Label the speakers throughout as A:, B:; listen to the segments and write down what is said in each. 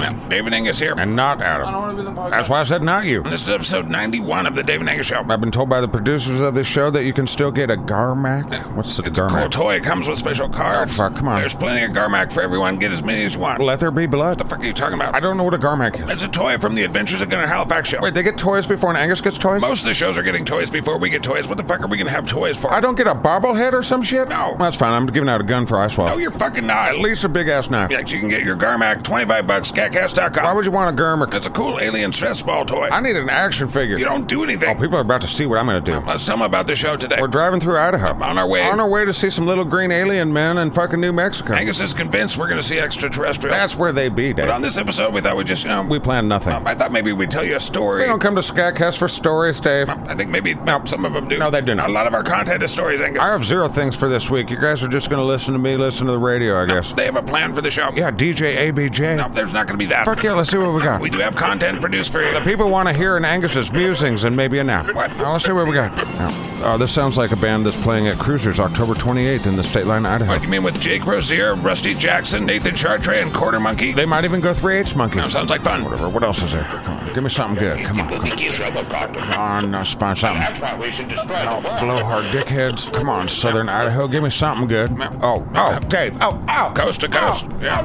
A: Yep, David Angus here.
B: And not Adam. That's why I said not you.
A: This is episode 91 of the David Angus Show.
B: I've been told by the producers of this show that you can still get a Garmac. What's the
A: It's a cool
B: Garmac?
A: toy. It comes with special cards.
B: Oh, fuck, come on.
A: There's plenty of Garmac for everyone. Get as many as you want. What
B: Let there be blood.
A: the fuck are you talking about?
B: I don't know what a Garmac is.
A: It's a toy from the Adventures of Gunnar Halifax Show.
B: Wait, they get toys before an Angus gets toys?
A: Most of the shows are getting toys before we get toys. What the fuck are we gonna have toys for?
B: I don't get a bobblehead or some shit?
A: No.
B: That's fine. I'm giving out a gun for Icewell.
A: No, you're fucking not.
B: At least a big ass knife.
A: Yes, you can get your Garmac 25 bucks, scatcast.com.
B: Why would you want a Garmac?
A: It's a cool alien stress ball toy.
B: I need an action figure. Oh,
A: you don't do anything.
B: People are about to see what I'm going to do.
A: Let's tell them about the show today.
B: We're driving through Idaho.
A: on our way.
B: On our way to see some little green alien men in fucking New Mexico.
A: Angus is convinced we're gonna see extraterrestrials.
B: That's where they be,
A: but
B: Dave.
A: on this episode, we thought we'd just, you know,
B: We planned nothing.
A: um, I thought maybe we'd tell you a story.
B: They don't come to Skycast for stories, Dave.
A: I think maybe some of them do.
B: No, they do not.
A: A lot of our content is stories, Angus.
B: I have zero things for this week. You guys are just going to listen to me, listen to the radio, I guess.
A: They have a plan for the show.
B: Yeah, DJ ABJ.
A: No, there's not going to be that.
B: Fuck yeah, let's see what we got.
A: We do have content produced for you.
B: People want to hear an Angus's musings and maybe a nap.
A: What?
B: Now, let's see what we got. Now, uh, this sounds like a band that's playing at Cruisers October 28th in the state line, Idaho.
A: What, you mean with Jake Rozier, Rusty Jackson, Nathan Chartre, and Quarter Monkey?
B: They might even go 3 8 Monkey.
A: Now, sounds like fun.
B: Whatever. What else is there? Come on, give me something good. Come on. Come on, let's find something.
C: That's why we should destroy
B: Oh,
C: the world.
B: blowhard dickheads. Come on, Southern Idaho. Give me something good. Oh, oh, Dave. Oh,
A: Ow! Coast to coast. yeah.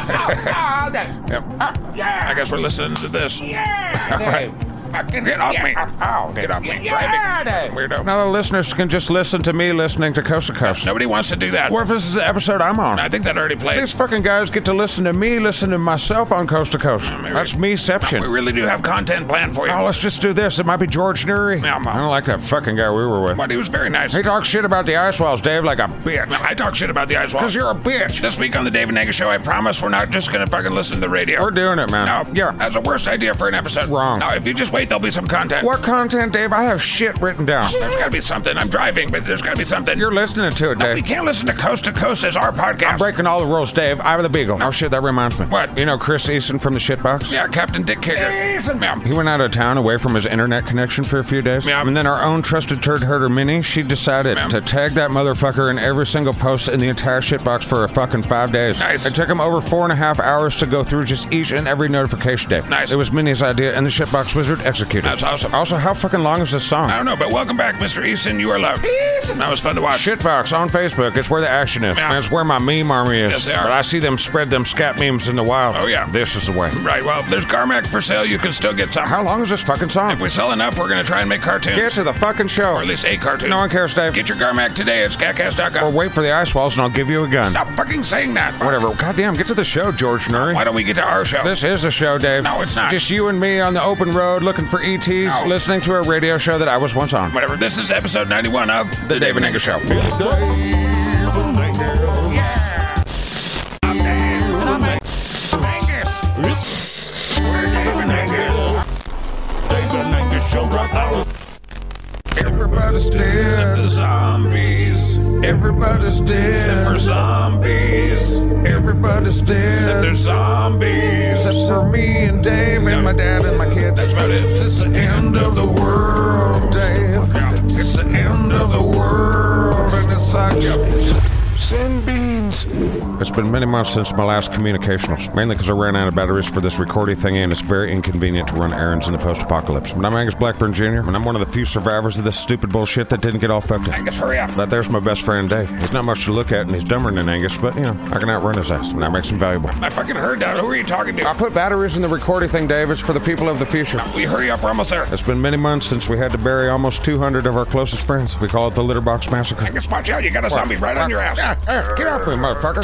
D: all day.
A: Yep.
B: Oh,
A: I guess we're listening to this. Yeah. Fucking get off me.
B: Oh,
A: Ow. Get off me.
D: Yeah,
A: Driving.
D: Dave.
A: Weirdo.
B: Now the listeners can just listen to me listening to Coast to Coast.
A: Nobody wants to do that.
B: Or if this is the episode I'm on.
A: I think that already played.
B: These fucking guys get to listen to me listen to myself on Coast to Coast. That's
A: we
B: meception.
A: really do have content planned for you.
B: Oh, let's just do this. It might be George Nuri.
A: Yeah,
B: I
A: I'm-
B: don't like that fucking guy we were with.
A: But he was very nice.
B: He talks shit about the ice walls, Dave, like a bitch.
A: I talk shit about the ice wall.
B: Because you're a bitch.
A: This week on the David Naga Show, I promise we're not just gonna fucking listen to the radio.
B: We're doing it, man.
A: no,
B: Yeah.
A: That's the worst idea for an episode.
B: Wrong.
A: No, if you just wait, there'll be some content.
B: What content, Dave? I have shit written down.
A: There's gotta be something. I'm driving, but there's gotta be something.
B: You're listening to it,
A: we
B: Dave.
A: can't listen to Coast to Coast as our podcast.
B: Breaking all the rules, Dave. I'm the Beagle. Oh, shit, that reminds me.
A: What?
B: You know Chris Easton from the Shitbox?
A: Yeah, Captain Dick Kicker.
B: Easton, ma'am. He went out of town away from his internet connection for a few days.
A: Yeah.
B: And then our own trusted turd herder, Minnie, she decided
A: Ma'am.
B: to tag that motherfucker in every single post in the entire shitbox for a fucking five days.
A: Nice.
B: It took him over four and a half hours to go through just each and every notification day.
A: Nice.
B: It was Minnie's idea, and the shitbox wizard executed.
A: That's awesome. Uh,
B: Also, how fucking long is this song?
A: I don't know, but welcome back, Mr. Eason. You are loved. Eason. That was fun to watch.
B: Shitbox on Facebook. It's where the action is.
A: Yeah.
B: And it's where my meme army is.
A: Yes, they are.
B: But I see them spread them scat memes in the wild.
A: Oh, yeah.
B: This is the way.
A: Right, well, there's Garmac for sale. You can still get some.
B: How long is this fucking
A: If
B: song?
A: we sell enough, we're going to try and make cartoons.
B: Get to the fucking show.
A: or at least a cartoon.
B: No one cares, Dave.
A: Get your Garmac today at
B: Or
A: scatcast.com.
B: wait for the ice walls and I'll give you a gun.
A: Stop fucking saying that.
B: Whatever. Goddamn, get to the show, George Nuri.
A: Why don't we get to our show?
B: This is a show, Dave.
A: No, it's not.
B: Just you and me on the open road looking for ETs, listening to a radio show that I was once on.
A: Whatever. This is episode 91 of The, David Nigger Show.
B: Everybody's
A: Except the zombies.
B: Everybody's
A: Except for zombies.
B: Everybody's
A: Except
B: dead.
A: they're zombies.
B: for me and Dave and my dad and my kid.
A: That's about it. It's the end of the world. It's the end of the world.
B: Send beans. It's been many months since my last communicationals, mainly because I ran out of batteries for this recording thingy, and it's very inconvenient to run errands in the post-apocalypse. But I'm Angus Blackburn Jr., and I'm one of the few survivors of this stupid bullshit that didn't get all fucked up.
A: Angus, hurry up.
B: That there's my best friend Dave. He's not much to look at, and he's dumber than Angus, but you know I can outrun his ass, and that makes him valuable.
A: I fucking heard that. Who are you talking
B: I
A: to?
B: put batteries in the recording thing, Dave. It's for the people of the future.
A: We hurry up. We're almost there.
B: It's been many months since we had to bury almost 200 of our closest friends. We call it the litter box massacre.
A: Angus, watch out. You got a zombie right on your ass.
B: Ah, ah, Get off me, motherfucker!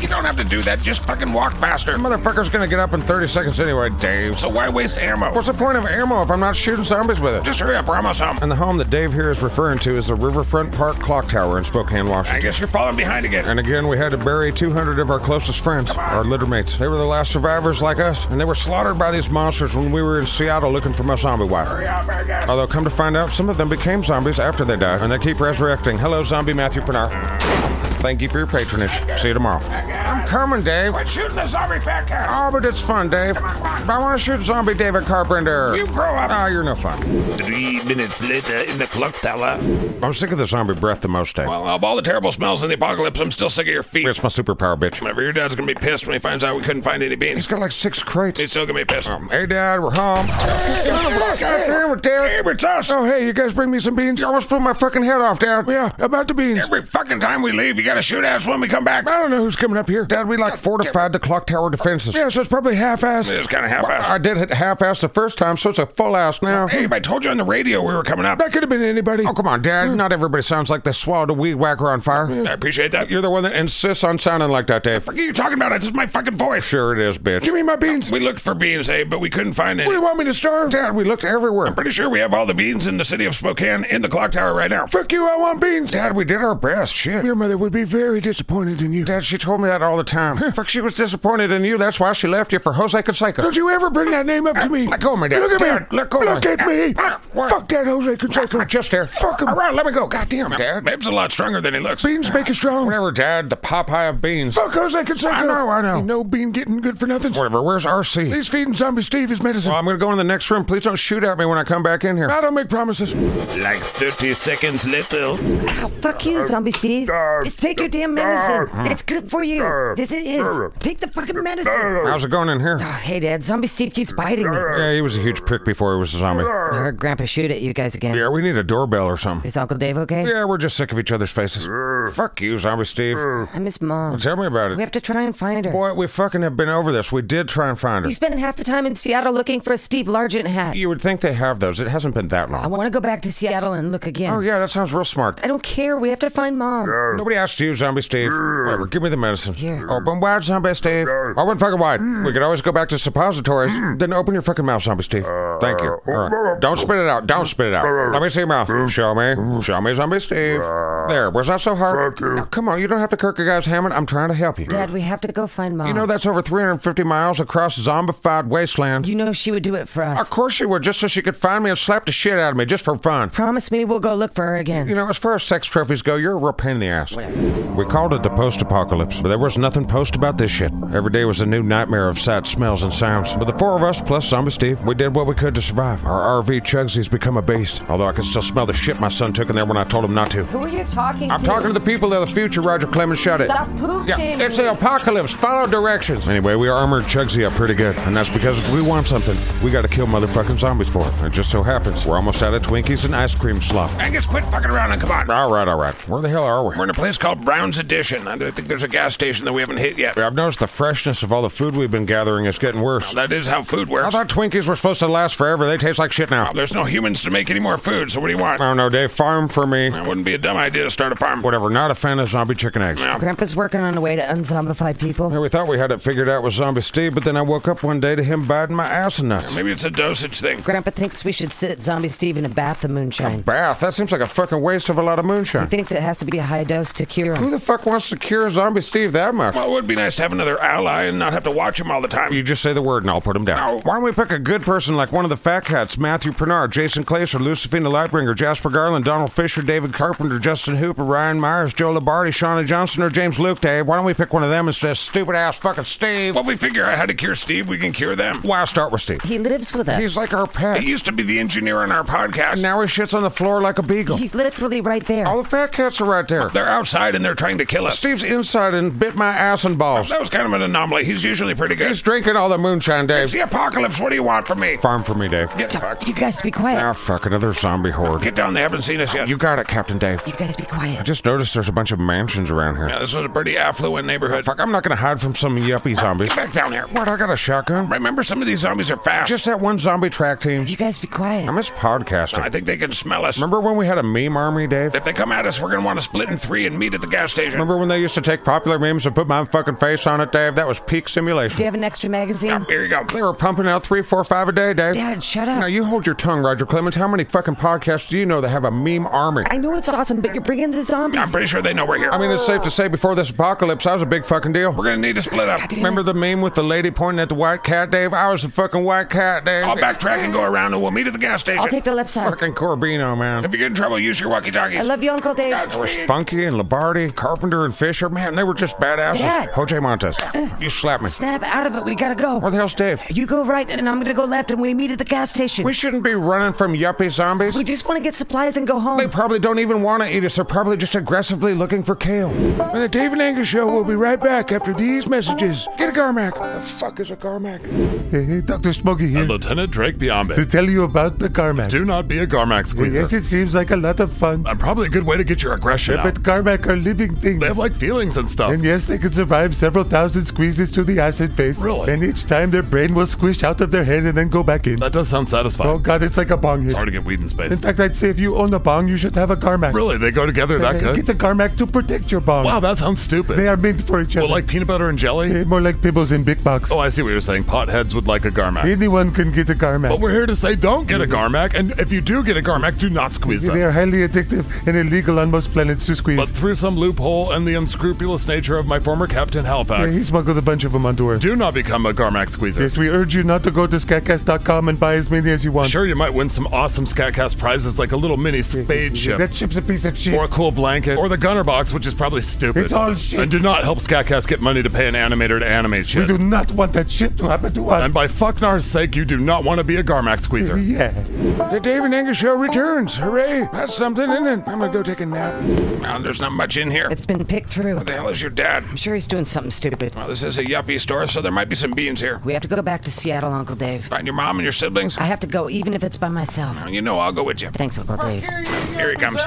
A: You don't have to do that. Just fucking walk faster.
B: Motherfucker's gonna get up in 30 seconds anyway, Dave.
A: So why waste ammo?
B: What's the point of ammo if I'm not shooting zombies with it?
A: Just hurry up. We're almost home.
B: And the home that Dave here is referring to is the Riverfront Park Clock Tower in Spokane, Washington.
A: Angus, you're falling behind again.
B: And again, we had to bury 200 of our closest friends, our littermates. They were the last survivors like us, and they were slaughtered by these monsters when we were in Seattle looking for my zombie wife.
A: Hurry up, Angus.
B: Although, come to find out, some of them became zombies after they died, and they keep resurrecting. Hello, zombie Matthew Pernar. Thank you for your patronage. See you tomorrow. I'm coming, Dave.
A: Quit shooting the zombie fat cats.
B: Oh, but it's fun, Dave. But I want to shoot zombie David Carpenter.
A: You grow up.
B: Oh, you're no fun.
A: Three minutes later in the clock tower.
B: I'm sick of the zombie breath the most, Dave.
A: Well, of all the terrible smells in the apocalypse, I'm still sick of your feet.
B: It's my superpower, bitch.
A: Whenever your dad's gonna be pissed when he finds out we couldn't find any beans.
B: He's got like six crates.
A: He's still gonna be pissed. Um,
B: Hey, Dad, we're home. Damn it, Dad.
A: it's us.
B: Oh, hey, you guys bring me some beans? I almost blew my fucking head off, Dad. Yeah, about the beans.
A: Every fucking time we leave, you gotta shoot us when we come back.
B: I don't know who's coming up here. Dad, we like fortified the clock tower defenses. Yeah, so it's probably half-assed.
A: It's kinda half-assed.
B: I did hit half-assed the first time, so it's a full-ass now.
A: Hey, I told you on the radio we were coming up.
B: That could have been anybody. Oh, come on, Dad. Not everybody sounds like they swallowed a weed whacker on fire.
A: I appreciate that.
B: You're the one that insists on sounding like that, Dave.
A: What are you talking about? It's just my fucking voice.
B: Sure it is, bitch. Give me my beans.
A: We looked for beans, hey, but we couldn't find
B: What do
A: any.
B: you want me to starve? Dad, we looked everywhere.
A: Pretty sure we have all the beans in the city of Spokane in the clock tower right now.
B: Fuck you, I want beans. Dad, we did our best. Shit. Your mother would be very disappointed in you. Dad, she told me that all the time. Fuck, she was disappointed in you. That's why she left you for Jose Canseco. Don't you ever bring that name up to me. Let go of me, Dad. Look at me. Let go Look at me. Fuck that Jose Canseco. Just there. Fuck him. All right, let me go. Goddamn, Dad.
A: Babe's a lot stronger than he looks.
B: Beans make you strong. Whatever, Dad. The Popeye of beans. Fuck Jose Canseco. I know, I know. Ain't no bean getting good for nothing. Whatever. Where's RC? He's feeding zombie Steve his medicine. Well, I'm gonna go in the next room. Please don't shoot at me when I come back in here. I don't make promises.
A: Like 30 seconds later.
C: Oh, fuck you, Zombie Steve. Just take your damn medicine. It's good for you. This it is. Take the fucking medicine.
B: How's it going in here?
C: Oh, hey, Dad. Zombie Steve keeps biting me.
B: Yeah, he was a huge prick before he was a zombie.
C: I heard Grandpa shoot at you guys again.
B: Yeah, we need a doorbell or something.
C: Is Uncle Dave okay?
B: Yeah, we're just sick of each other's faces. Fuck you, Zombie Steve.
C: I miss Mom.
B: Tell me about
C: We
B: it.
C: have to try and find her.
B: Boy, we fucking have been over this. We did try and find her.
C: You spent half the time in Seattle looking for a Steve Largent hat.
B: You would think they have those. It hasn't been that
C: I
B: long.
C: want to go back to Seattle and look again.
B: Oh, yeah, that sounds real smart.
C: I don't care. We have to find Mom.
B: Nobody asked you, Zombie Steve. Whatever, give me the medicine.
C: Here.
B: Open wide, Zombie Steve. Open fucking wide.
C: Hmm.
B: We could always go back to suppositories. Then open your fucking mouth, Zombie Steve. Thank you. All right. Don't spit it out. Don't spit it out. Let me see your mouth. Show me. Show me, Zombie Steve. There. Was that so hard? Now, come on, you don't have to kirk a guy's Hammond. I'm trying to help you.
C: Dad, we have to go find Mom.
B: You know that's over 350 miles across zombified wasteland.
C: You know she would do it for us.
B: Of course she would, just so she could find me and slap the shit out of me, just for fun.
C: Promise me we'll go look for her again.
B: You know, as far as sex trophies go, you're a real pain in the ass. We called it the post-apocalypse, but there was nothing post about this shit. Every day was a new nightmare of sights, smells, and sounds. But the four of us, plus Zombie Steve, we did what we could to survive. Our RV Chugsy's become a beast, although I can still smell the shit my son took in there when I told him not to.
C: Who are you talking
B: I'm talking to the people of the future, Roger Clemens shut it.
C: Stop poop shaming
B: It's the
C: me.
B: apocalypse. Follow directions. Anyway, we armored Chugsy up pretty good, and that's because if we want something, we gotta kill motherfucking zombies for it. It just so happens we're almost out of Twinkies and ice cream slop.
A: Angus, quit fucking around and come on.
B: All right, all right. Where the hell are we?
A: We're in a place called Brown's Edition. I think there's a gas station that we haven't hit yet.
B: I've noticed the freshness of all the food we've been gathering is getting worse.
A: That is how food
B: I
A: works.
B: thought Twinkies were supposed to last forever. They taste like shit now.
A: There's no humans to make any more food, so what do you want?
B: I don't know, Dave. Farm for me.
A: It wouldn't be a dumb idea to start a farm.
B: Whatever. Not a fan of zombie chicken eggs.
C: Grandpa's working on a way to unzombify people.
B: Yeah, We thought we had it figured out with Zombie Steve, but then I woke up one day to him biting my ass and nuts.
A: Maybe it's a dosage thing.
C: Grandpa thinks we should sit Zombie Steve in a bath of moonshine.
B: Bath? That seems like a fucking waste of a lot of moonshine.
C: Thinks it has to be a high dose to cure
B: Who
C: him.
B: the fuck wants to cure Zombie Steve that much?
A: Well, it would be nice to have another ally and not have to watch him all the time.
B: You just say the word and I'll put him down.
A: No.
B: Why don't we pick a good person like one of the fat cats, Matthew Pernard, Jason Claser, Lucifina Lightbringer, Jasper Garland, Donald Fisher, David Carpenter, Justin Hooper, Ryan Myers, Joe Labardi, Shauna Johnson, or James Luke Dave? Why don't we pick one of them instead of stupid ass fucking Steve?
A: Well, we figure out how to cure Steve, we can cure them.
B: Why start with Steve?
C: He lives with us.
B: He's like our pet.
A: He used to be the engineer on our podcast.
B: Now he shits on the floor like a beagle.
C: He's literally right there.
B: All the fat cats are right there.
A: They're outside and they're trying to kill us.
B: Steve's inside and bit my ass and balls.
A: That was kind of an anomaly. He's usually pretty good.
B: He's drinking all the moonshine,
A: It's
B: Dave.
A: the apocalypse. What do you want from me?
B: Farm for me, Dave.
A: Get fucked.
C: You guys be quiet.
B: Ah, fuck, another zombie horde.
A: Get down. They haven't seen us yet.
B: You got it, Captain Dave.
C: You guys be quiet.
B: I just noticed there's a bunch of mansions around here.
A: Yeah, this was a pretty affluent neighborhood.
B: Fuck, I'm not gonna hide from some yuppie zombies.
A: Get back down here.
B: What, I got a shotgun?
A: Remember, some of these zombies are fast.
B: Just that one zombie track team.
C: You guys be quiet.
B: I miss podcasting.
A: I think they can smell us.
B: Remember when we had a meme army, Dave?
A: If they come at us, we're gonna want to split in three and meet at the gas station.
B: Remember when they used to take popular memes and put my fucking face on it, Dave? That was peak
C: Do you
B: simulation.
C: have an extra magazine?
A: Here you go.
B: They were pumping out three, four, five a day, Dave.
C: God, shut
B: Now
C: up.
B: you hold your tongue, Roger Clemens. How many fucking podcasts do you know that have a meme army?
C: I know it's awesome, but you're bringing the
A: I'm
C: zombies.
A: pretty sure they know we're here.
B: I mean, it's safe to say before this apocalypse, I was a big fucking deal.
A: we're gonna need to split up.
B: Remember the meme with the lady pointing at the white cat, Dave? I was the fucking white cat, Dave.
A: I'll backtrack and go around, and we'll meet at the gas station.
C: I'll take the left side.
B: Fucking Corbino, man.
A: if you get in trouble, use your walkie-talkies.
C: I love you, Uncle Dave.
A: That's
B: It was
A: me.
B: Funky and Labardi, Carpenter and Fisher. Man, they were just badasses.
C: Dad.
B: Jose Montes, you slapped me.
C: Snap out of it. We gotta
B: Where
C: go.
B: the hell's Dave?
C: You go right, and I'm gonna go left, and we meet at the gas station.
B: We
C: We,
B: shouldn't be running from yuppie zombies.
C: just want to get supplies and go
B: They
C: home.
B: probably don't even want to eat us. They're probably just aggressively looking for kale. And the Dave and Angus show will be right back after these messages. Get a Garmac. The fuck is a Garmac?
E: Hey, hey, Dr. Smoggy here
F: And Lieutenant Drake
E: to
F: Biombe.
E: tell you about the Carmack.
F: Do not be a Garmack squeezer.
E: Yes, it seems like a lot of fun,
F: Uh, probably a good way to get your aggression out.
E: but Carmack are living things.
F: They have like feelings and stuff.
E: and yes, they can survive several thousand squeezes to the acid face.
F: Really?
E: And each time their brain will squish out of their head and then go back in.
F: that does sound satisfying.
E: oh god, it's like a bong hit.
F: it's hard to get weed in
E: In
F: space.
E: fact, I'd say if you own a bong, you should have a Carmack.
F: Really, they go together that
E: Uh,
F: good?
E: Get a Carmack to protect your bong.
F: Wow, that sounds stupid.
E: They are meant for each other.
F: well, like peanut butter and jelly?
E: Eh, More like pebbles in big box.
F: Oh, I see what you're saying. Potheads would like a Garmac.
E: Anyone can get a Carmack.
F: But we're here to say don't get a Garmac, and if you do get a Garmac, do not squeeze
E: They
F: them.
E: are highly addictive and illegal on most planets to squeeze.
F: But through some loophole and the unscrupulous nature of my former Captain
E: Yeah, he
F: Halifax,
E: smuggled a bunch of them onto Earth.
F: do not become a Garmac squeezer.
E: Yes, we urge you not to go to scatcast.com and buy as many as you want.
F: Sure, you might win some awesome Scatcast prizes like a little mini spade ship.
E: That ship's a piece of shit.
F: or a cool blanket, or the gunner box, which is probably stupid.
E: It's all shit.
F: And do not help Scatcast get money to pay an animator to animate
E: we
F: shit.
E: do not want that shit to happen to us.
F: and by Fucknar's sake, you do not want to be a Garmac squeezer.
E: yeah.
B: The Dave and Angus show returns. Hooray. That's something, isn't it? I'm going to go take a nap.
A: Well, there's not much in here.
C: It's been picked through.
A: What the hell is your dad?
C: I'm sure he's doing something stupid.
A: Well, this is a yuppie store, so there might be some beans here.
C: We have to go back to Seattle, Uncle Dave.
A: Find your mom and your siblings.
C: I have to go, even if it's by myself.
A: You know I'll go with you.
C: Thanks, Uncle Dave.
A: Here he comes.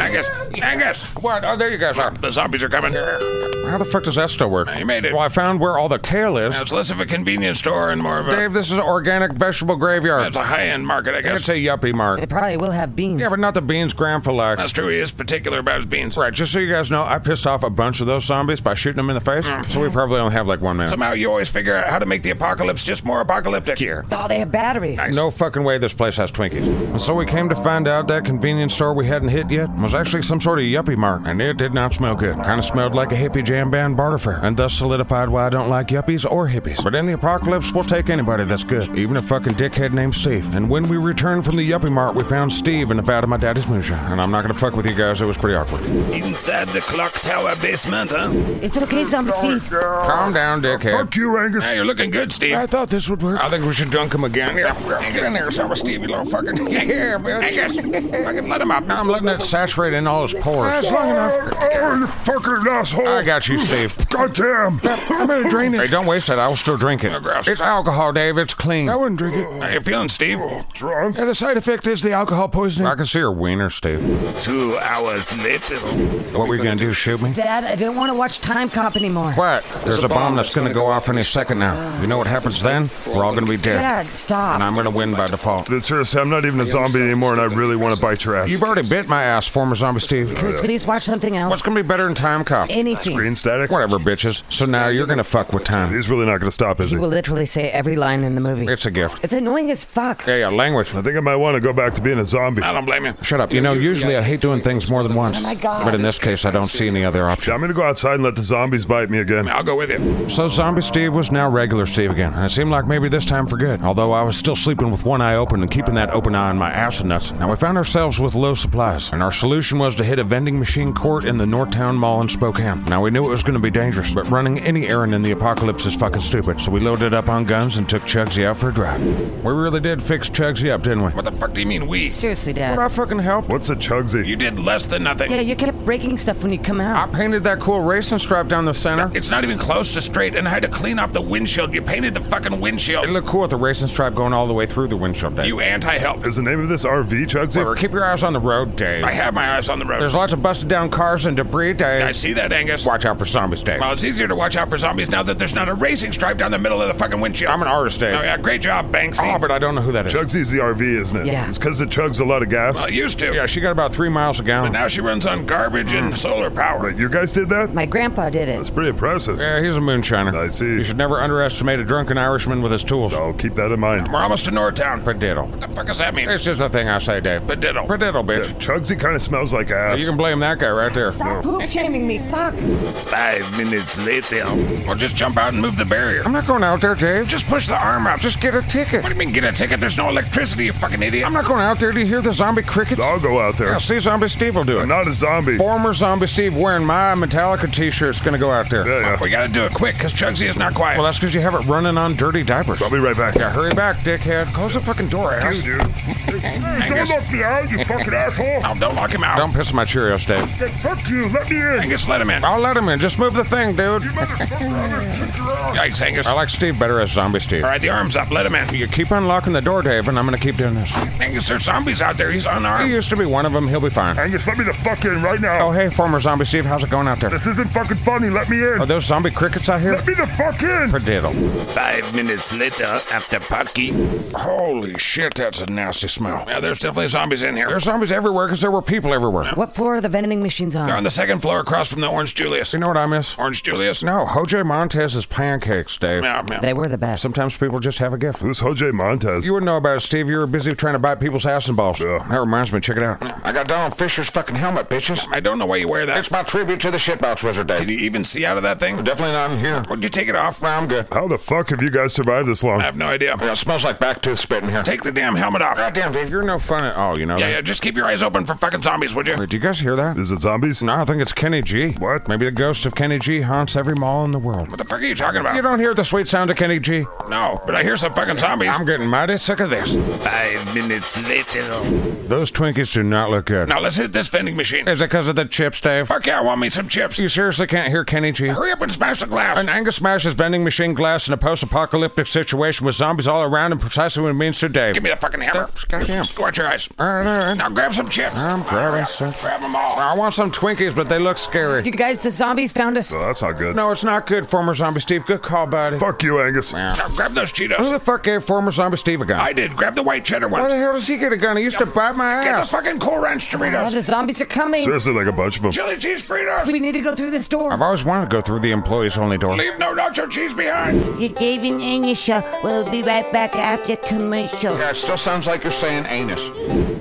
A: Angus! Angus!
B: What? Oh, there you guys are.
A: The zombies are coming. Now,
B: How the fuck does that still work?
A: I made it.
B: Well, I found where all the kale is.
A: it's less of a convenience store and more of a...
B: Dave, this is an organic vegetable graveyard.
A: It's a high-end market, I
B: It's
A: guess.
B: a yuppie
C: They
B: mart.
C: probably will have beans.
B: Yeah, but not the beans grandpa likes.
A: That's true, he is particular about his beans.
B: Right, just so you guys know, I pissed off a bunch of those zombies by shooting them in the face, so we probably only have like one minute.
A: Somehow you always figure out how to make the apocalypse just more apocalyptic. Here.
C: Oh, they have batteries.
B: No fucking way this place has Twinkies. And so we came to find out that convenience store we hadn't hit yet was actually some sort of yuppie mart, and it did not smell good. Kind of smelled like a hippie jam band barter fair, and thus solidified why I don't like yuppies or hippies. But in the apocalypse, we'll take anybody that's good, even a fucking dickhead named Steve. And when we returned from the yuppie mart, we found Steve in the vat of my daddy's moonshine. And I'm not gonna fuck with you guys, it was pretty awkward.
A: Inside the clock tower basement, huh?
C: It's okay, Zombie Steve.
B: Calm down, dickhead.
F: you, Angus.
A: Now you're looking good, Steve.
B: I thought this would work.
A: I think we should dunk him again. Yeah. Get in there, Silver Stevie, little fucking. Yeah, bitch. Angus, fucking let him up.
B: I'm letting it saturate in all his pores.
A: That's long enough.
F: Oh, you fucking asshole.
B: I got you, Steve.
F: Goddamn.
B: I'm gonna drain it. Hey, don't waste it. I will still drink it.
A: gross.
B: It's alcohol, Dave. It's clean. I wouldn't drink it.
A: How you feeling, Steve?
F: Drunk.
B: the side effect is the alcohol poisoning. I can see your wiener, Steve.
A: Two hours later.
B: What were you gonna do? Shoot me?
C: Dad, I don't want to watch Time Cop anymore.
B: What? There's a bomb that's gonna go off any second now. You know what happens then? We're all gonna be dead.
C: Dad, stop.
B: And I'm gonna win by default.
F: But seriously, I'm not even a zombie anymore, and I really want to bite your ass.
B: You've already bit my ass, former zombie Steve.
C: Can we please watch something else?
B: What's gonna be better than Time Cop?
C: Anything.
F: Green static?
B: Whatever, bitches. So now you're gonna fuck with time.
F: He's really not going to stop, is
C: He
F: he?
C: will literally say every line in the movie.
B: It's a gift.
C: It's annoying as fuck.
B: Yeah, yeah, language.
F: I think I might want to go back to being a zombie.
A: I don't blame you.
B: Shut up. You know, usually I hate doing things more than once.
C: Oh my God.
B: But in this case, I don't see any other option.
F: I'm going to go outside and let the zombies bite me again.
A: I'll go with you.
B: So Zombie Steve was now regular Steve again, and it seemed like maybe this time for good. Although I was still sleeping with one eye open and keeping that open eye on my ass and nuts. Now we found ourselves with low supplies, and our solution was to hit a vending machine court in the Northtown Mall in Spokane. Now we knew it was going to be dangerous, but running any errand in the apocalypse is fucking stupid. So we loaded up on guns and took Chugsy out for a drive. We really did fix Chugsy up, didn't we?
A: What the fuck do you mean we?
C: Seriously, Dad.
B: I fucking helped.
F: What's a Chugsy?
A: You did less than nothing.
C: Yeah, you kept breaking stuff when you come
B: I
C: out.
B: painted that cool racing stripe down the center.
A: It's not even close to straight, and I had to clean off the windshield. You painted the fucking
B: It
A: windshield.
B: looked cool with the racing stripe going all the way through the windshield, Dave.
A: You anti-help.
F: Is the name of this RV
B: Whatever,
F: Chugsy?
B: Keep your eyes on the road, Dave.
A: I have my eyes on the road.
B: There's lots of busted down cars and debris.
A: I
B: Dave.
A: see that, Angus.
B: Watch out for zombies, Dave.
A: Well, it's easier to watch out for zombies now that there's not a racing stripe down the middle of the fucking windshield.
B: I'm an artist, Dave.
A: Oh, yeah, great job, Banksy.
B: Oh, but I don't know who that is.
F: Chugsy's the RV, isn't it?
C: Yeah.
F: It's because it chugs a lot of gas.
A: Well, it used to.
B: Yeah, she got about three miles a gallon.
A: Now she runs on garbage garbage and solar power.
G: You guys did that?
C: My grandpa did it.
G: It's pretty impressive.
B: Yeah, he's a moonshiner.
G: I see.
B: You should never underestimate a drunken Irishman with his tools.
G: I'll keep that in mind.
A: We're almost to Northtown.
B: Prediddle.
A: What the fuck does that mean?
B: It's just a thing I say, Dave.
A: Prediddle.
B: Prediddle, bitch.
G: Chugsy kind of smells like ass.
B: You can blame that guy right there.
C: Stop poop shaming me. Fuck.
A: Five minutes later. Well, just jump out and move the barrier.
B: I'm not going out there, Dave.
A: Just push the arm out. Just
B: Just get a ticket.
A: what do you mean get a ticket? There's no electricity, you fucking idiot.
B: I'm not going out there. Do you hear the zombie crickets?
G: I'll go out there.
B: Yeah, see, Zombie Steve will do it.
G: I'm not a zombie.
B: Former Zombie Steve wearing my Metallica t-shirt is going to go out there.
G: Yeah, yeah.
A: We gotta do it quick, cause Chugsy is not quiet.
B: Well, that's because you have it running on dirty diapers.
G: I'll be right back.
B: Yeah, hurry back, dickhead. Close the fucking door, ass.
G: Dude, dude. Hey, don't
A: Angus.
G: lock me out, you fucking asshole.
A: No, don't lock him out.
B: Don't piss my Cheerios, Dave.
G: Hey, Fuck you. Let me in.
A: Angus, let him in.
B: I'll let him in. Just move the thing, dude.
G: You motherfucker. I'm gonna kick your ass.
A: Yikes, Angus.
B: I like Steve better as Zombie Steve.
A: All right, the arm's up. Let him in.
B: You keep unlocking the door, Dave, and I'm going to keep doing this.
A: Angus, there's zombies out there. He's
B: He
A: unarmed.
B: used to be one of them. He'll be fine.
G: Angus, let me the fuck in right now.
B: Oh, hey, former Zombie Steve. How's it going out there?
G: This isn't fucking funny. Let me in.
B: Are those zombie crickets I hear?
G: Let me the fuck in.
B: Prediddle.
A: Five minutes later, after Pucky. Holy shit, that's a nasty smell. Yeah, there's definitely zombies in here.
B: There's zombies everywhere because there were people everywhere.
C: What floor are the vending machines
A: They're
C: on?
A: on the second floor across from the Orange Julius.
B: You know what I miss?
A: Orange Julius?
B: No, Jose Montez's pancakes, Dave.
A: Yeah, yeah.
C: They were the best.
B: Sometimes people just have a gift.
G: Who's Jose Montez?
B: You wouldn't know about it, Steve. You were busy trying to bite people's ass and balls.
G: Yeah.
B: That reminds me, check it out. I got Donald Fisher's fucking helmet, bitches.
A: I don't know why you wear that.
B: It's my tribute to the shitbox wizard,
A: Did
B: Dave.
A: you even see out of that thing?
B: Definitely not in here.
A: Would you take it off?
B: Nah, I'm good.
G: How the fuck have you guys survived this long?
A: I have no idea.
B: Yeah, it smells like back tooth spit in here.
A: Take the damn helmet off. Yeah,
B: Goddamn, Dave, you're no fun at all, you know that?
A: yeah, just keep your eyes open for fucking zombies, would you?
B: Wait, do you guys hear that?
G: Is it zombies?
B: No, I think it's Kenny G.
G: What?
B: Maybe the ghost of Kenny G haunts every mall in the world.
A: What the fuck are you talking
B: You
A: about?
B: don't hear the sweet sound of Kenny G?
A: No, but I hear some fucking zombies.
B: I'm getting mighty sick of this.
A: Five minutes later.
B: Those Twinkies do not look good.
A: Now let's hit this vending machine.
B: Is it because of the chips, Dave?
A: Fuck yeah, I want me some chips.
B: You seriously can't hear Kenny G?
A: Hurry up and smash the glass.
B: An Angus smashes vending machine glass in a post-apocalyptic situation with zombies all around and precisely what it means to Dave.
A: Give me the fucking hammer.
B: Goddamn.
A: Watch your eyes.
B: All right, all right.
A: Now grab some chips.
B: I'm grabbing stuff.
A: Grab them all.
B: I want some Twinkies, but they look scary.
C: You guys, the zombies found us.
G: Oh, that's not good.
B: No, it's not good, former Zombie Steve. Good call, buddy.
G: Fuck you, Angus.
A: Now grab those
B: Who
A: Cheetos.
B: the fuck gave former Zombie Steve a gun?
A: I did. Grab the white cheddar
B: Why the
A: ones.
B: hell does he get a gun? He used to bite my
A: Get the
B: ass.
A: fucking Cool Ranch
C: Oh,
A: Doritos.
C: the zombies are coming.
G: Seriously, like a bunch of them.
A: Chili cheese Fritos.
C: We need to go through this
B: I've
C: door.
B: always wanted to go through the employees-only door.
A: Leave no nacho cheese behind.
H: The Dave and Angus show. We'll be right back after commercial.
B: it still sounds like you're saying anus.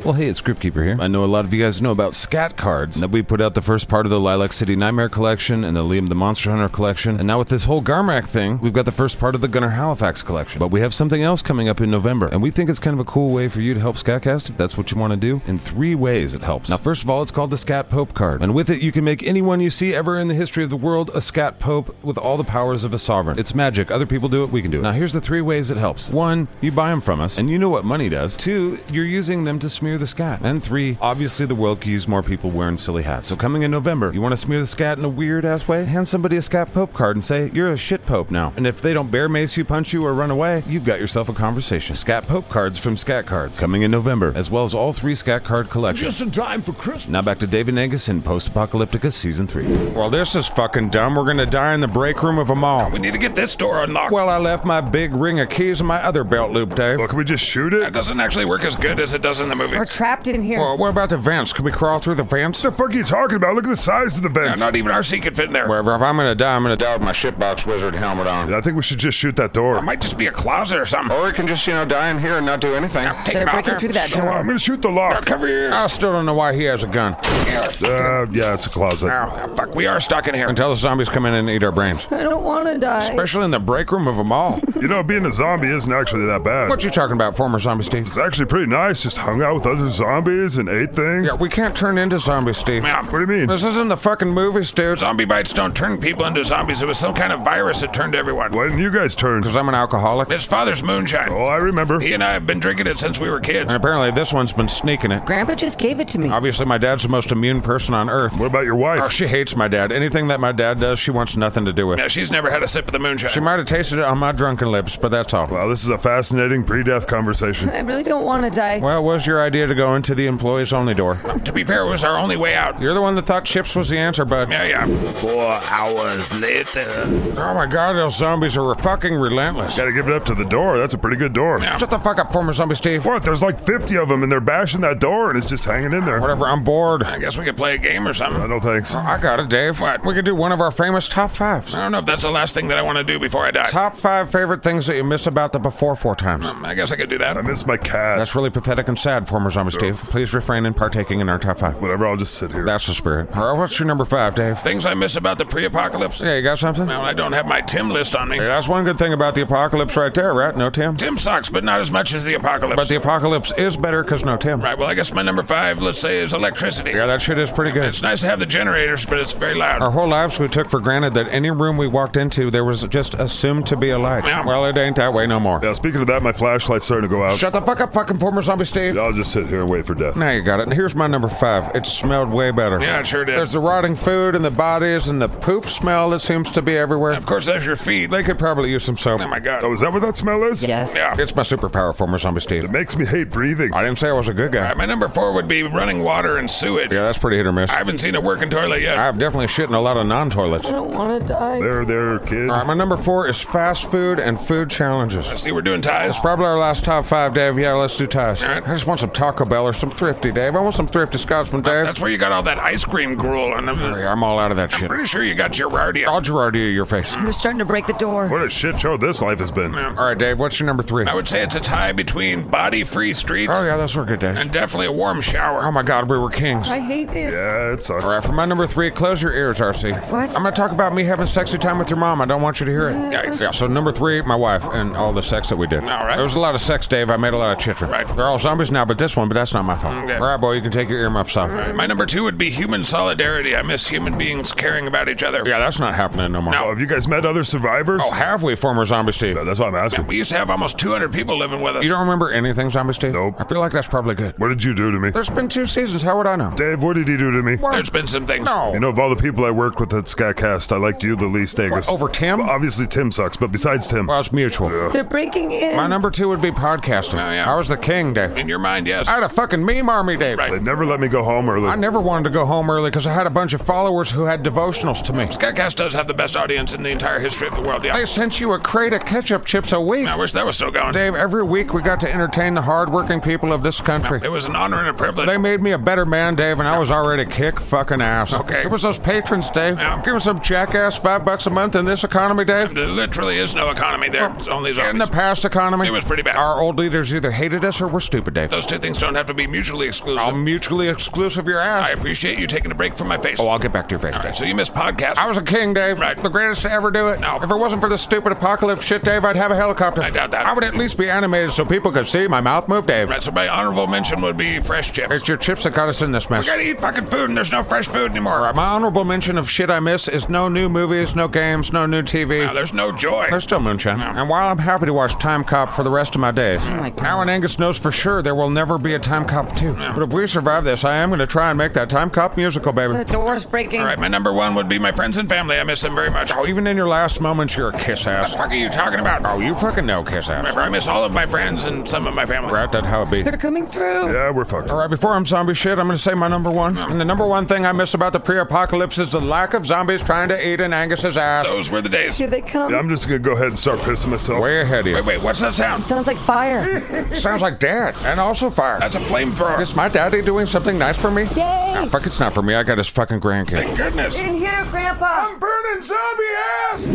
F: Well, hey, it's Cryptkeeper here. I know a lot of you guys know about scat cards. That we put out the first part of the Lilac City Nightmare collection and the Liam the Monster Hunter collection. And now with this whole Garmac thing, we've got the first part of the Gunnar Halifax collection. But we have something else coming up in November, and we think it's kind of a cool way for you to help Scatcast if that's what you want to do. In three ways it helps. Now, first of all, it's called the Scat Pope card. And with it, you can make anyone you see ever in the history of the world a Scat Pope with all the powers of a sovereign. It's magic. Other people do it, we can do it. Now, here's the three ways it helps. One, you buy them from us, and you know what money does. Two, you're using them to smear the scat. And three, obviously the world could use more people wearing silly hats. So coming in November, you want to smear the scat in a weird ass way? Hand somebody a scat pope card and say, you're a shit pope now. And if they don't bear mace you, punch you, or run away, you've got yourself a conversation. Scat pope cards from Scat Cards, coming in November, as well as all three scat card collections.
A: in time for Christmas.
F: Now back to David Angus in Post Apocalyptica Season 3.
B: Well, this is fucking dumb. We're gonna die in the break room of a mall.
A: We need to get this door unlocked.
B: Well, I left my big ring of keys in my other belt loop, Dave.
G: Well, can we just shoot it?
A: that doesn't actually work as good as it does in the movie.
C: We're trapped in here.
B: Well, what about the vents? Can we crawl through the vents?
G: What the fuck are you talking about? Look at the size of the
A: Yeah,
G: vents.
A: not even RC could fit in there.
B: Wherever, if I'm gonna die, I'm gonna die with my shitbox wizard helmet on.
G: I think we should just shoot that door.
A: It might just be a closet or something.
B: Or we can just, you know, die in here and not do anything. Oh.
A: Now, take
C: They're
A: it out
C: breaking
A: there.
C: through that
G: Oh,
C: door.
G: I'm gonna shoot the lock.
A: Cover your ears.
B: I still don't know why he has a gun.
G: Uh, yeah, it's a closet.
A: Ow. Fuck, we are stuck in here.
B: Until the zombies come in and uh, eat our brains.
C: I don't want to die.
B: Especially in the break room of a mall.
G: You know, being a zombie isn't actually that bad.
B: What you talking about, former zombie Steve?
G: It's actually pretty nice. Just hung out with other zombies and ate things.
B: Yeah, we can't turn into zombie Steve.
A: Yeah.
G: What do you mean?
B: This isn't the fucking movies, dude.
A: Zombie bites don't turn people into zombies. It was some kind of virus that turned everyone.
G: Why didn't you guys turn?
B: Because I'm an alcoholic.
A: His father's moonshine.
G: Oh, I remember.
A: He and I have been drinking it since we were kids.
B: And apparently this one's been sneaking it.
C: Grandpa just gave it to me.
B: Obviously, my dad's the most immune person on earth.
G: What about your
B: Oh,
G: wife?
B: she hates my dad. Anything that my dad does, she wants nothing to do with.
A: Now, she's never had a sip of the moonshine.
B: She might have tasted it on my drunken lips, but that's all.
G: Wow, this is a fascinating pre-death conversation.
C: I really don't want to die.
B: Well, it was your idea to go into the employees only door.
A: To be fair, it was our only way out.
B: You're the one that thought chips was the answer, bud.
A: Yeah, yeah. Four hours later.
B: Oh my god, those zombies are fucking relentless.
G: Gotta give it up to the door. That's a pretty good door.
B: Shut the fuck up, former zombie Steve.
G: What? There's like 50 of them, and they're bashing that door, and it's just hanging in there.
B: Whatever, I'm bored.
A: I guess we could play a game or
G: Uh,
A: something.
G: no thanks.
B: I got it, Dave. What? We could do one of our famous top fives.
A: I don't know if that's the last thing that I want to do before I die.
B: Top five favorite things that you miss about the before four times.
A: I guess I could do
G: I
A: that.
G: miss my cat.
B: That's really pathetic and sad, former zombie Steve. Please refrain in partaking in our top five.
G: Whatever, I'll just sit here.
B: That's the spirit. All right, what's your number five, Dave?
A: Things I miss about the pre-apocalypse.
B: Yeah, you got something?
A: Well, I don't have my Tim list on me.
B: Yeah, that's one good thing about the apocalypse right there, right? No Tim?
A: Tim sucks, but not as much as the apocalypse.
B: But the apocalypse is better because no Tim.
A: right, well, I guess my number five, let's say, is electricity.
B: Yeah, that shit is pretty good.
A: It's nice to have the generators, but it's very loud.
B: Our whole lives we took for granted that any room we walked into, there was just assumed to be a light.
A: Yeah.
B: Well, it ain't that way no more.
G: Yeah, speaking of that, my flashlight's starting to go out.
B: Shut the fuck up, fucking former zombie Steve.
G: I'll just sit here and wait for death.
B: Now you got it. And here's my number five. It smelled way better.
A: Yeah, it sure did.
B: There's the rotting food and the bodies and the poop smell that seems to be everywhere.
A: of course, there's your feet.
B: They could probably use some soap.
A: Oh my god.
G: Oh, is that what that smell is?
H: Yes.
A: Yeah.
B: It's my superpower, former zombie Steve.
G: It makes me hate breathing.
B: I didn't say I was a good
A: All
B: guy.
A: right, my number four would be running water and sewage.
B: Yeah, that's pretty hit or miss.
A: I haven't seen a working toilet yet.
B: I've definitely shit in a lot of non-toilets.
H: I
B: All
H: don't want to die.
G: There, there, kid.
B: right, my number four is fast food and food challenges.
A: See, we're doing ties.
B: It's probably our last top five, Dave. Yeah, let's do ties.
A: All right.
B: I just want some Taco Bell or some Thrifty, Dave. I want some Thrifty Scotsman, Dave.
A: That's where you got all that ice cream gruel on them.
B: Oh, Yeah, Oh. I'm all out of that shit.
A: Pretty sure you got Girardia.
B: I'll Girardia your face.
A: Mm-hmm.
C: You're starting to break the door.
G: What a shit show this life has been.
B: All right, Dave, what's your number three?
A: I would say it's a tie between body-free streets
B: Oh, yeah, those were good days.
A: and definitely a warm shower.
B: Oh, my God, we were kings.
H: I hate this.
G: Yeah, it sucks.
B: All right, for my number three, close your ears, RC.
H: What?
B: I'm going to talk about me having sexy time with your mom. I don't want you to hear it.
A: Yikes.
B: Yeah, so number three, my wife and all the sex that we did.
A: All right.
B: There was a lot of sex, Dave. I made a lot of chitrin.
A: Right. Mm,
B: They're all zombies now, but this one, but that's not my fault.
A: Okay.
B: All right, boy, you can take your earmuffs off.
A: My number two would be human solidarity. I miss human beings caring about each other.
B: Yeah, that's not happening no more.
A: No.
G: Oh, have you guys met other survivors?
B: Oh, have we, former zombie Steve?
G: Yeah, that's what I'm asking.
A: We used to have almost 200 people living with us.
B: You don't remember anything, zombie Steve?
G: Nope.
B: I feel like that's probably good.
G: What did you do to me?
B: There's been two seasons. How would I know?
G: Dave, what did he do to me?
A: There's been some things.
B: No.
G: You know, of all the people I worked with at Scatcast, I liked you the least, Agus.
B: What, over Tim?
G: Well, obviously, Tim sucks, but besides Tim,
B: Well, it's mutual.
H: They're breaking in.
B: My number two would be podcasting.
A: Oh, yeah.
B: I was the king, Dave.
A: In your mind, yes.
B: I had a fucking meme army, Dave.
A: Right.
G: they never let me go home early.
B: I never wanted to go home early because I had a bunch of followers who had devotionals to me.
A: Scatcast does have the best audience in the entire history of the world. Yeah.
B: They sent you a crate of ketchup chips a week.
A: I wish that was still going.
B: Dave, every week we got to entertain the hardworking people of this country.
A: It was an honor and a privilege.
B: They made me a better man, Dave, and I was already kick fucking ass.
A: Okay.
B: It was those patrons, Dave.
A: Yeah.
B: Give them some jackass five bucks a month in this economy, Dave.
A: There literally is no economy there. It's only zombies.
B: In the past economy,
A: It was pretty bad.
B: Our old leaders either hated us or were stupid, Dave.
A: Those two things don't have to be mutually exclusive.
B: I'll mutually exclusive your
A: I
B: ass.
A: appreciate you taking a break from my face.
B: Oh, I'll get back to your face,
A: All right,
B: Dave.
A: so you missed podcasts.
B: I was a king, Dave.
A: Right.
B: The greatest to ever do it.
A: No.
B: If it wasn't for this stupid apocalypse shit, Dave, I'd have a helicopter.
A: I doubt that.
B: I would at least be animated so people could see my mouth move, Dave.
A: Right, so my honorable mention would be fresh chips.
B: It's your chips that got us in this
A: We
B: mess.
A: gotta eat fucking food, and there's no fresh food anymore.
B: All right, my honorable mention of shit I miss is no new movies, no games, no new TV.
A: Now, there's no joy.
B: There's still moonshine. And while I'm happy to watch Time Cop for the rest of my days,
A: Oh
C: my God.
B: Aaron Angus knows for sure there will never be a Time Cop 2. But if we survive this, I am going to try and make that Time Cop musical, baby.
C: The door's breaking.
A: All right, my number one would be my friends and family. I miss them very much.
B: Oh, even in your last moments, you're a kiss ass.
A: fuck are you talking about?
B: Oh, you fucking know kiss ass.
A: Remember, I miss all of my friends and some of my family.
B: Right, that how it be.
C: They're coming through.
G: yeah, we're fucked.
B: All right, before I'm zombie shit, I'm going to say my number one. And the number one thing I miss about the pre-apocalypse is the lack of zombies trying to eat in Angus's ass.
A: Those were the days.
C: Here they come.
G: Yeah, I'm just gonna go ahead and start pissing myself.
B: Way ahead of
A: Oh. Wait,
B: you.
A: wait, what's that sound?
C: Sounds like fire.
B: Sounds like dad, and also fire.
A: That's a flamethrower.
B: Is my daddy doing something nice for me? Yay! fuck, it's not for me. I got his fucking grandkid.
A: Thank goodness.
C: In here, Grandpa.
B: Burning zombie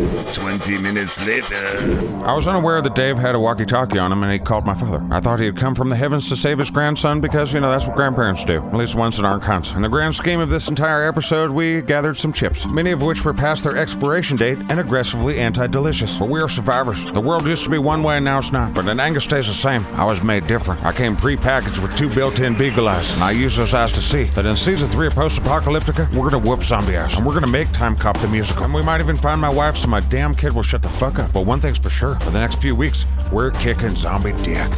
B: ass!
A: 20 minutes later.
B: I was unaware that Dave had a walkie talkie on him and he called my father. I thought he had come from the heavens to save his grandson because, you know, that's what grandparents do, at least ones that aren't cons. In the grand scheme of this entire episode, we gathered some chips, many of which were past their expiration date and aggressively anti delicious. But we are survivors. The world used to be one way and now it's not, but an Angus stays the same. I was made different. I came pre packaged with two built in beagle eyes, and I use those eyes to see that in season three of Post Apocalyptica, we're gonna whoop zombie ass and we're gonna make Time Cop the musical. And we might even find my wife so my damn kid will shut the fuck up. But one thing's for sure, for the next few weeks, we're kicking zombie dick.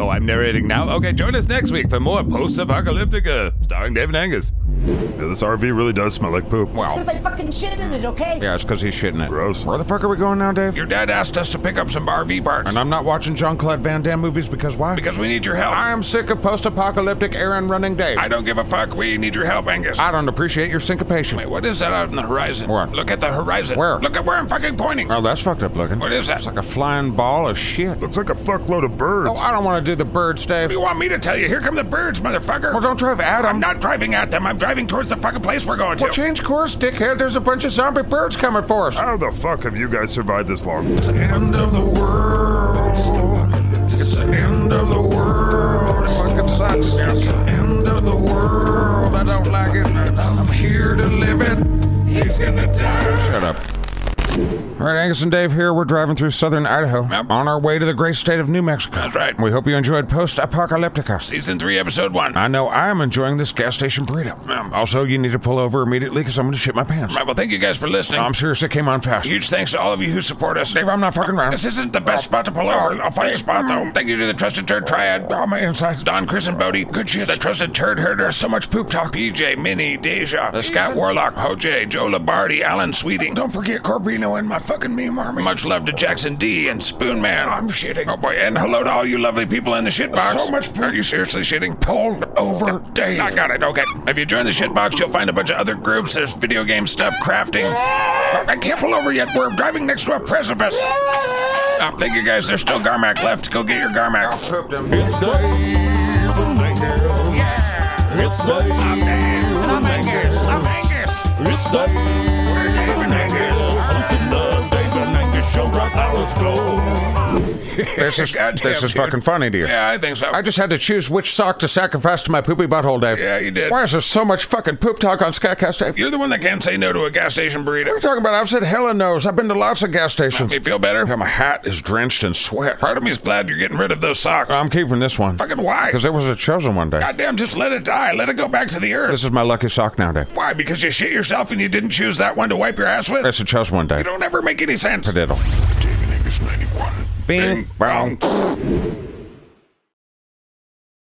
D: Oh, I'm narrating now? Okay, join us next week for more Post Apocalyptica, starring David Angus.
G: Yeah, this RV really does smell like poop.
A: Well,
I: Because I fucking shit in it, okay?
B: Yeah, it's because he's shitting it.
G: Gross.
B: Where the fuck are we going now, Dave?
A: your dad asked us to pick up some RV parts
B: and I'm not watching Jean Claude Van Damme movies because why?
A: because we need your help.
B: I am sick of post apocalyptic errand running Dave.
A: I don't give a fuck. We need your help, Angus.
B: I don't appreciate your syncopation.
A: Wait, what is that out on the horizon?
B: Where?
A: Look at the horizon.
B: Where?
A: Look at where I'm fucking pointing.
B: Oh, that's fucked up looking.
A: What is that?
B: It's like a flying ball of shit.
G: Looks like a fuckload of birds.
B: Oh, I don't want to do the birds, Dave.
A: You want me to tell you? Here come the birds, motherfucker.
B: Well, don't drive at 'em.
A: I'm not driving at them. I'm driving towards the fucking place we're going to.
B: Well, change course, dickhead. There's a bunch of zombie birds coming for us.
A: Uh.
G: How the fuck have you guys survived this long? It's the
A: end of the world. It's the end of the world. It fucking sucks. It's the end of the world. I don't like it. I'm here to live it. He's gonna die.
B: Shut up. All right, Angus and Dave here. We're driving through southern Idaho
A: Yep.
B: on our way to the great state of New Mexico.
A: That's right.
B: We hope you enjoyed Post Apocalyptica.
A: Season three, episode one.
B: I know I'm enjoying this gas station burrito.
A: Yep.
B: Also, you need to pull over immediately because I'm going to shit my pants.
A: Right, well, thank you guys for listening.
B: I'm serious it came on fast.
A: Huge thanks to all of you who support us.
B: Dave, I'm not fucking around.
A: This isn't the best spot to pull over. I'll find a spot though. Thank you to the Trusted Turd Triad. All my insights. Don, Chris, and Bodie. Good shit. The Trusted Turd Herder. So much poop talk. PJ, Minnie, Deja. The Scott Warlock. OJ, Joe Labardi, Alan Sweeting. Don't forget Corbino and my fucking meme army. Much love to Jackson D and Spoon Man. I'm shitting. Oh boy. And hello to all you lovely people in the shitbox. So much poop. Are you seriously shitting? Pull over, Dave. I got it. Okay. If you join the shitbox, you'll find a bunch of other groups. There's video game stuff, crafting. Oh, I can't pull over yet. We're driving next to a precipice. Oh, thank you guys. There's still Garmac left. Go get your Garmac.
G: It's Dave
A: I'm Angus. I'm Angus.
G: It's Dave
A: We're Dave and Angus.
G: the Dave and Angus show right now. Let's go.
B: This is,
A: Goddamn,
B: this is
A: dude.
B: fucking funny to you.
A: Yeah, I think so.
B: I just had to choose which sock to sacrifice to my poopy butthole, Dave.
A: Yeah, you did.
B: Why is there so much fucking poop talk on Skycast, Dave?
A: You're the one that can't say no to a gas station burrito.
B: What are you talking about? I've said hella knows. I've been to lots of gas stations.
A: You feel better?
B: Yeah, my hat is drenched in sweat. Um,
A: Part of me's glad you're getting rid of those socks.
B: I'm keeping this one
A: Fucking why?
B: because it was a chosen one day.
A: Goddamn, just let it die. Let it go back to the earth.
B: This is my lucky sock now, Dave.
A: Why? Because you shit yourself and you didn't choose that one to wipe your ass with?
B: It's a chosen one,
A: You
B: Dave.
A: don't ever make any sense.
B: Diddle.
A: David Angus 91.
B: Bing, bong.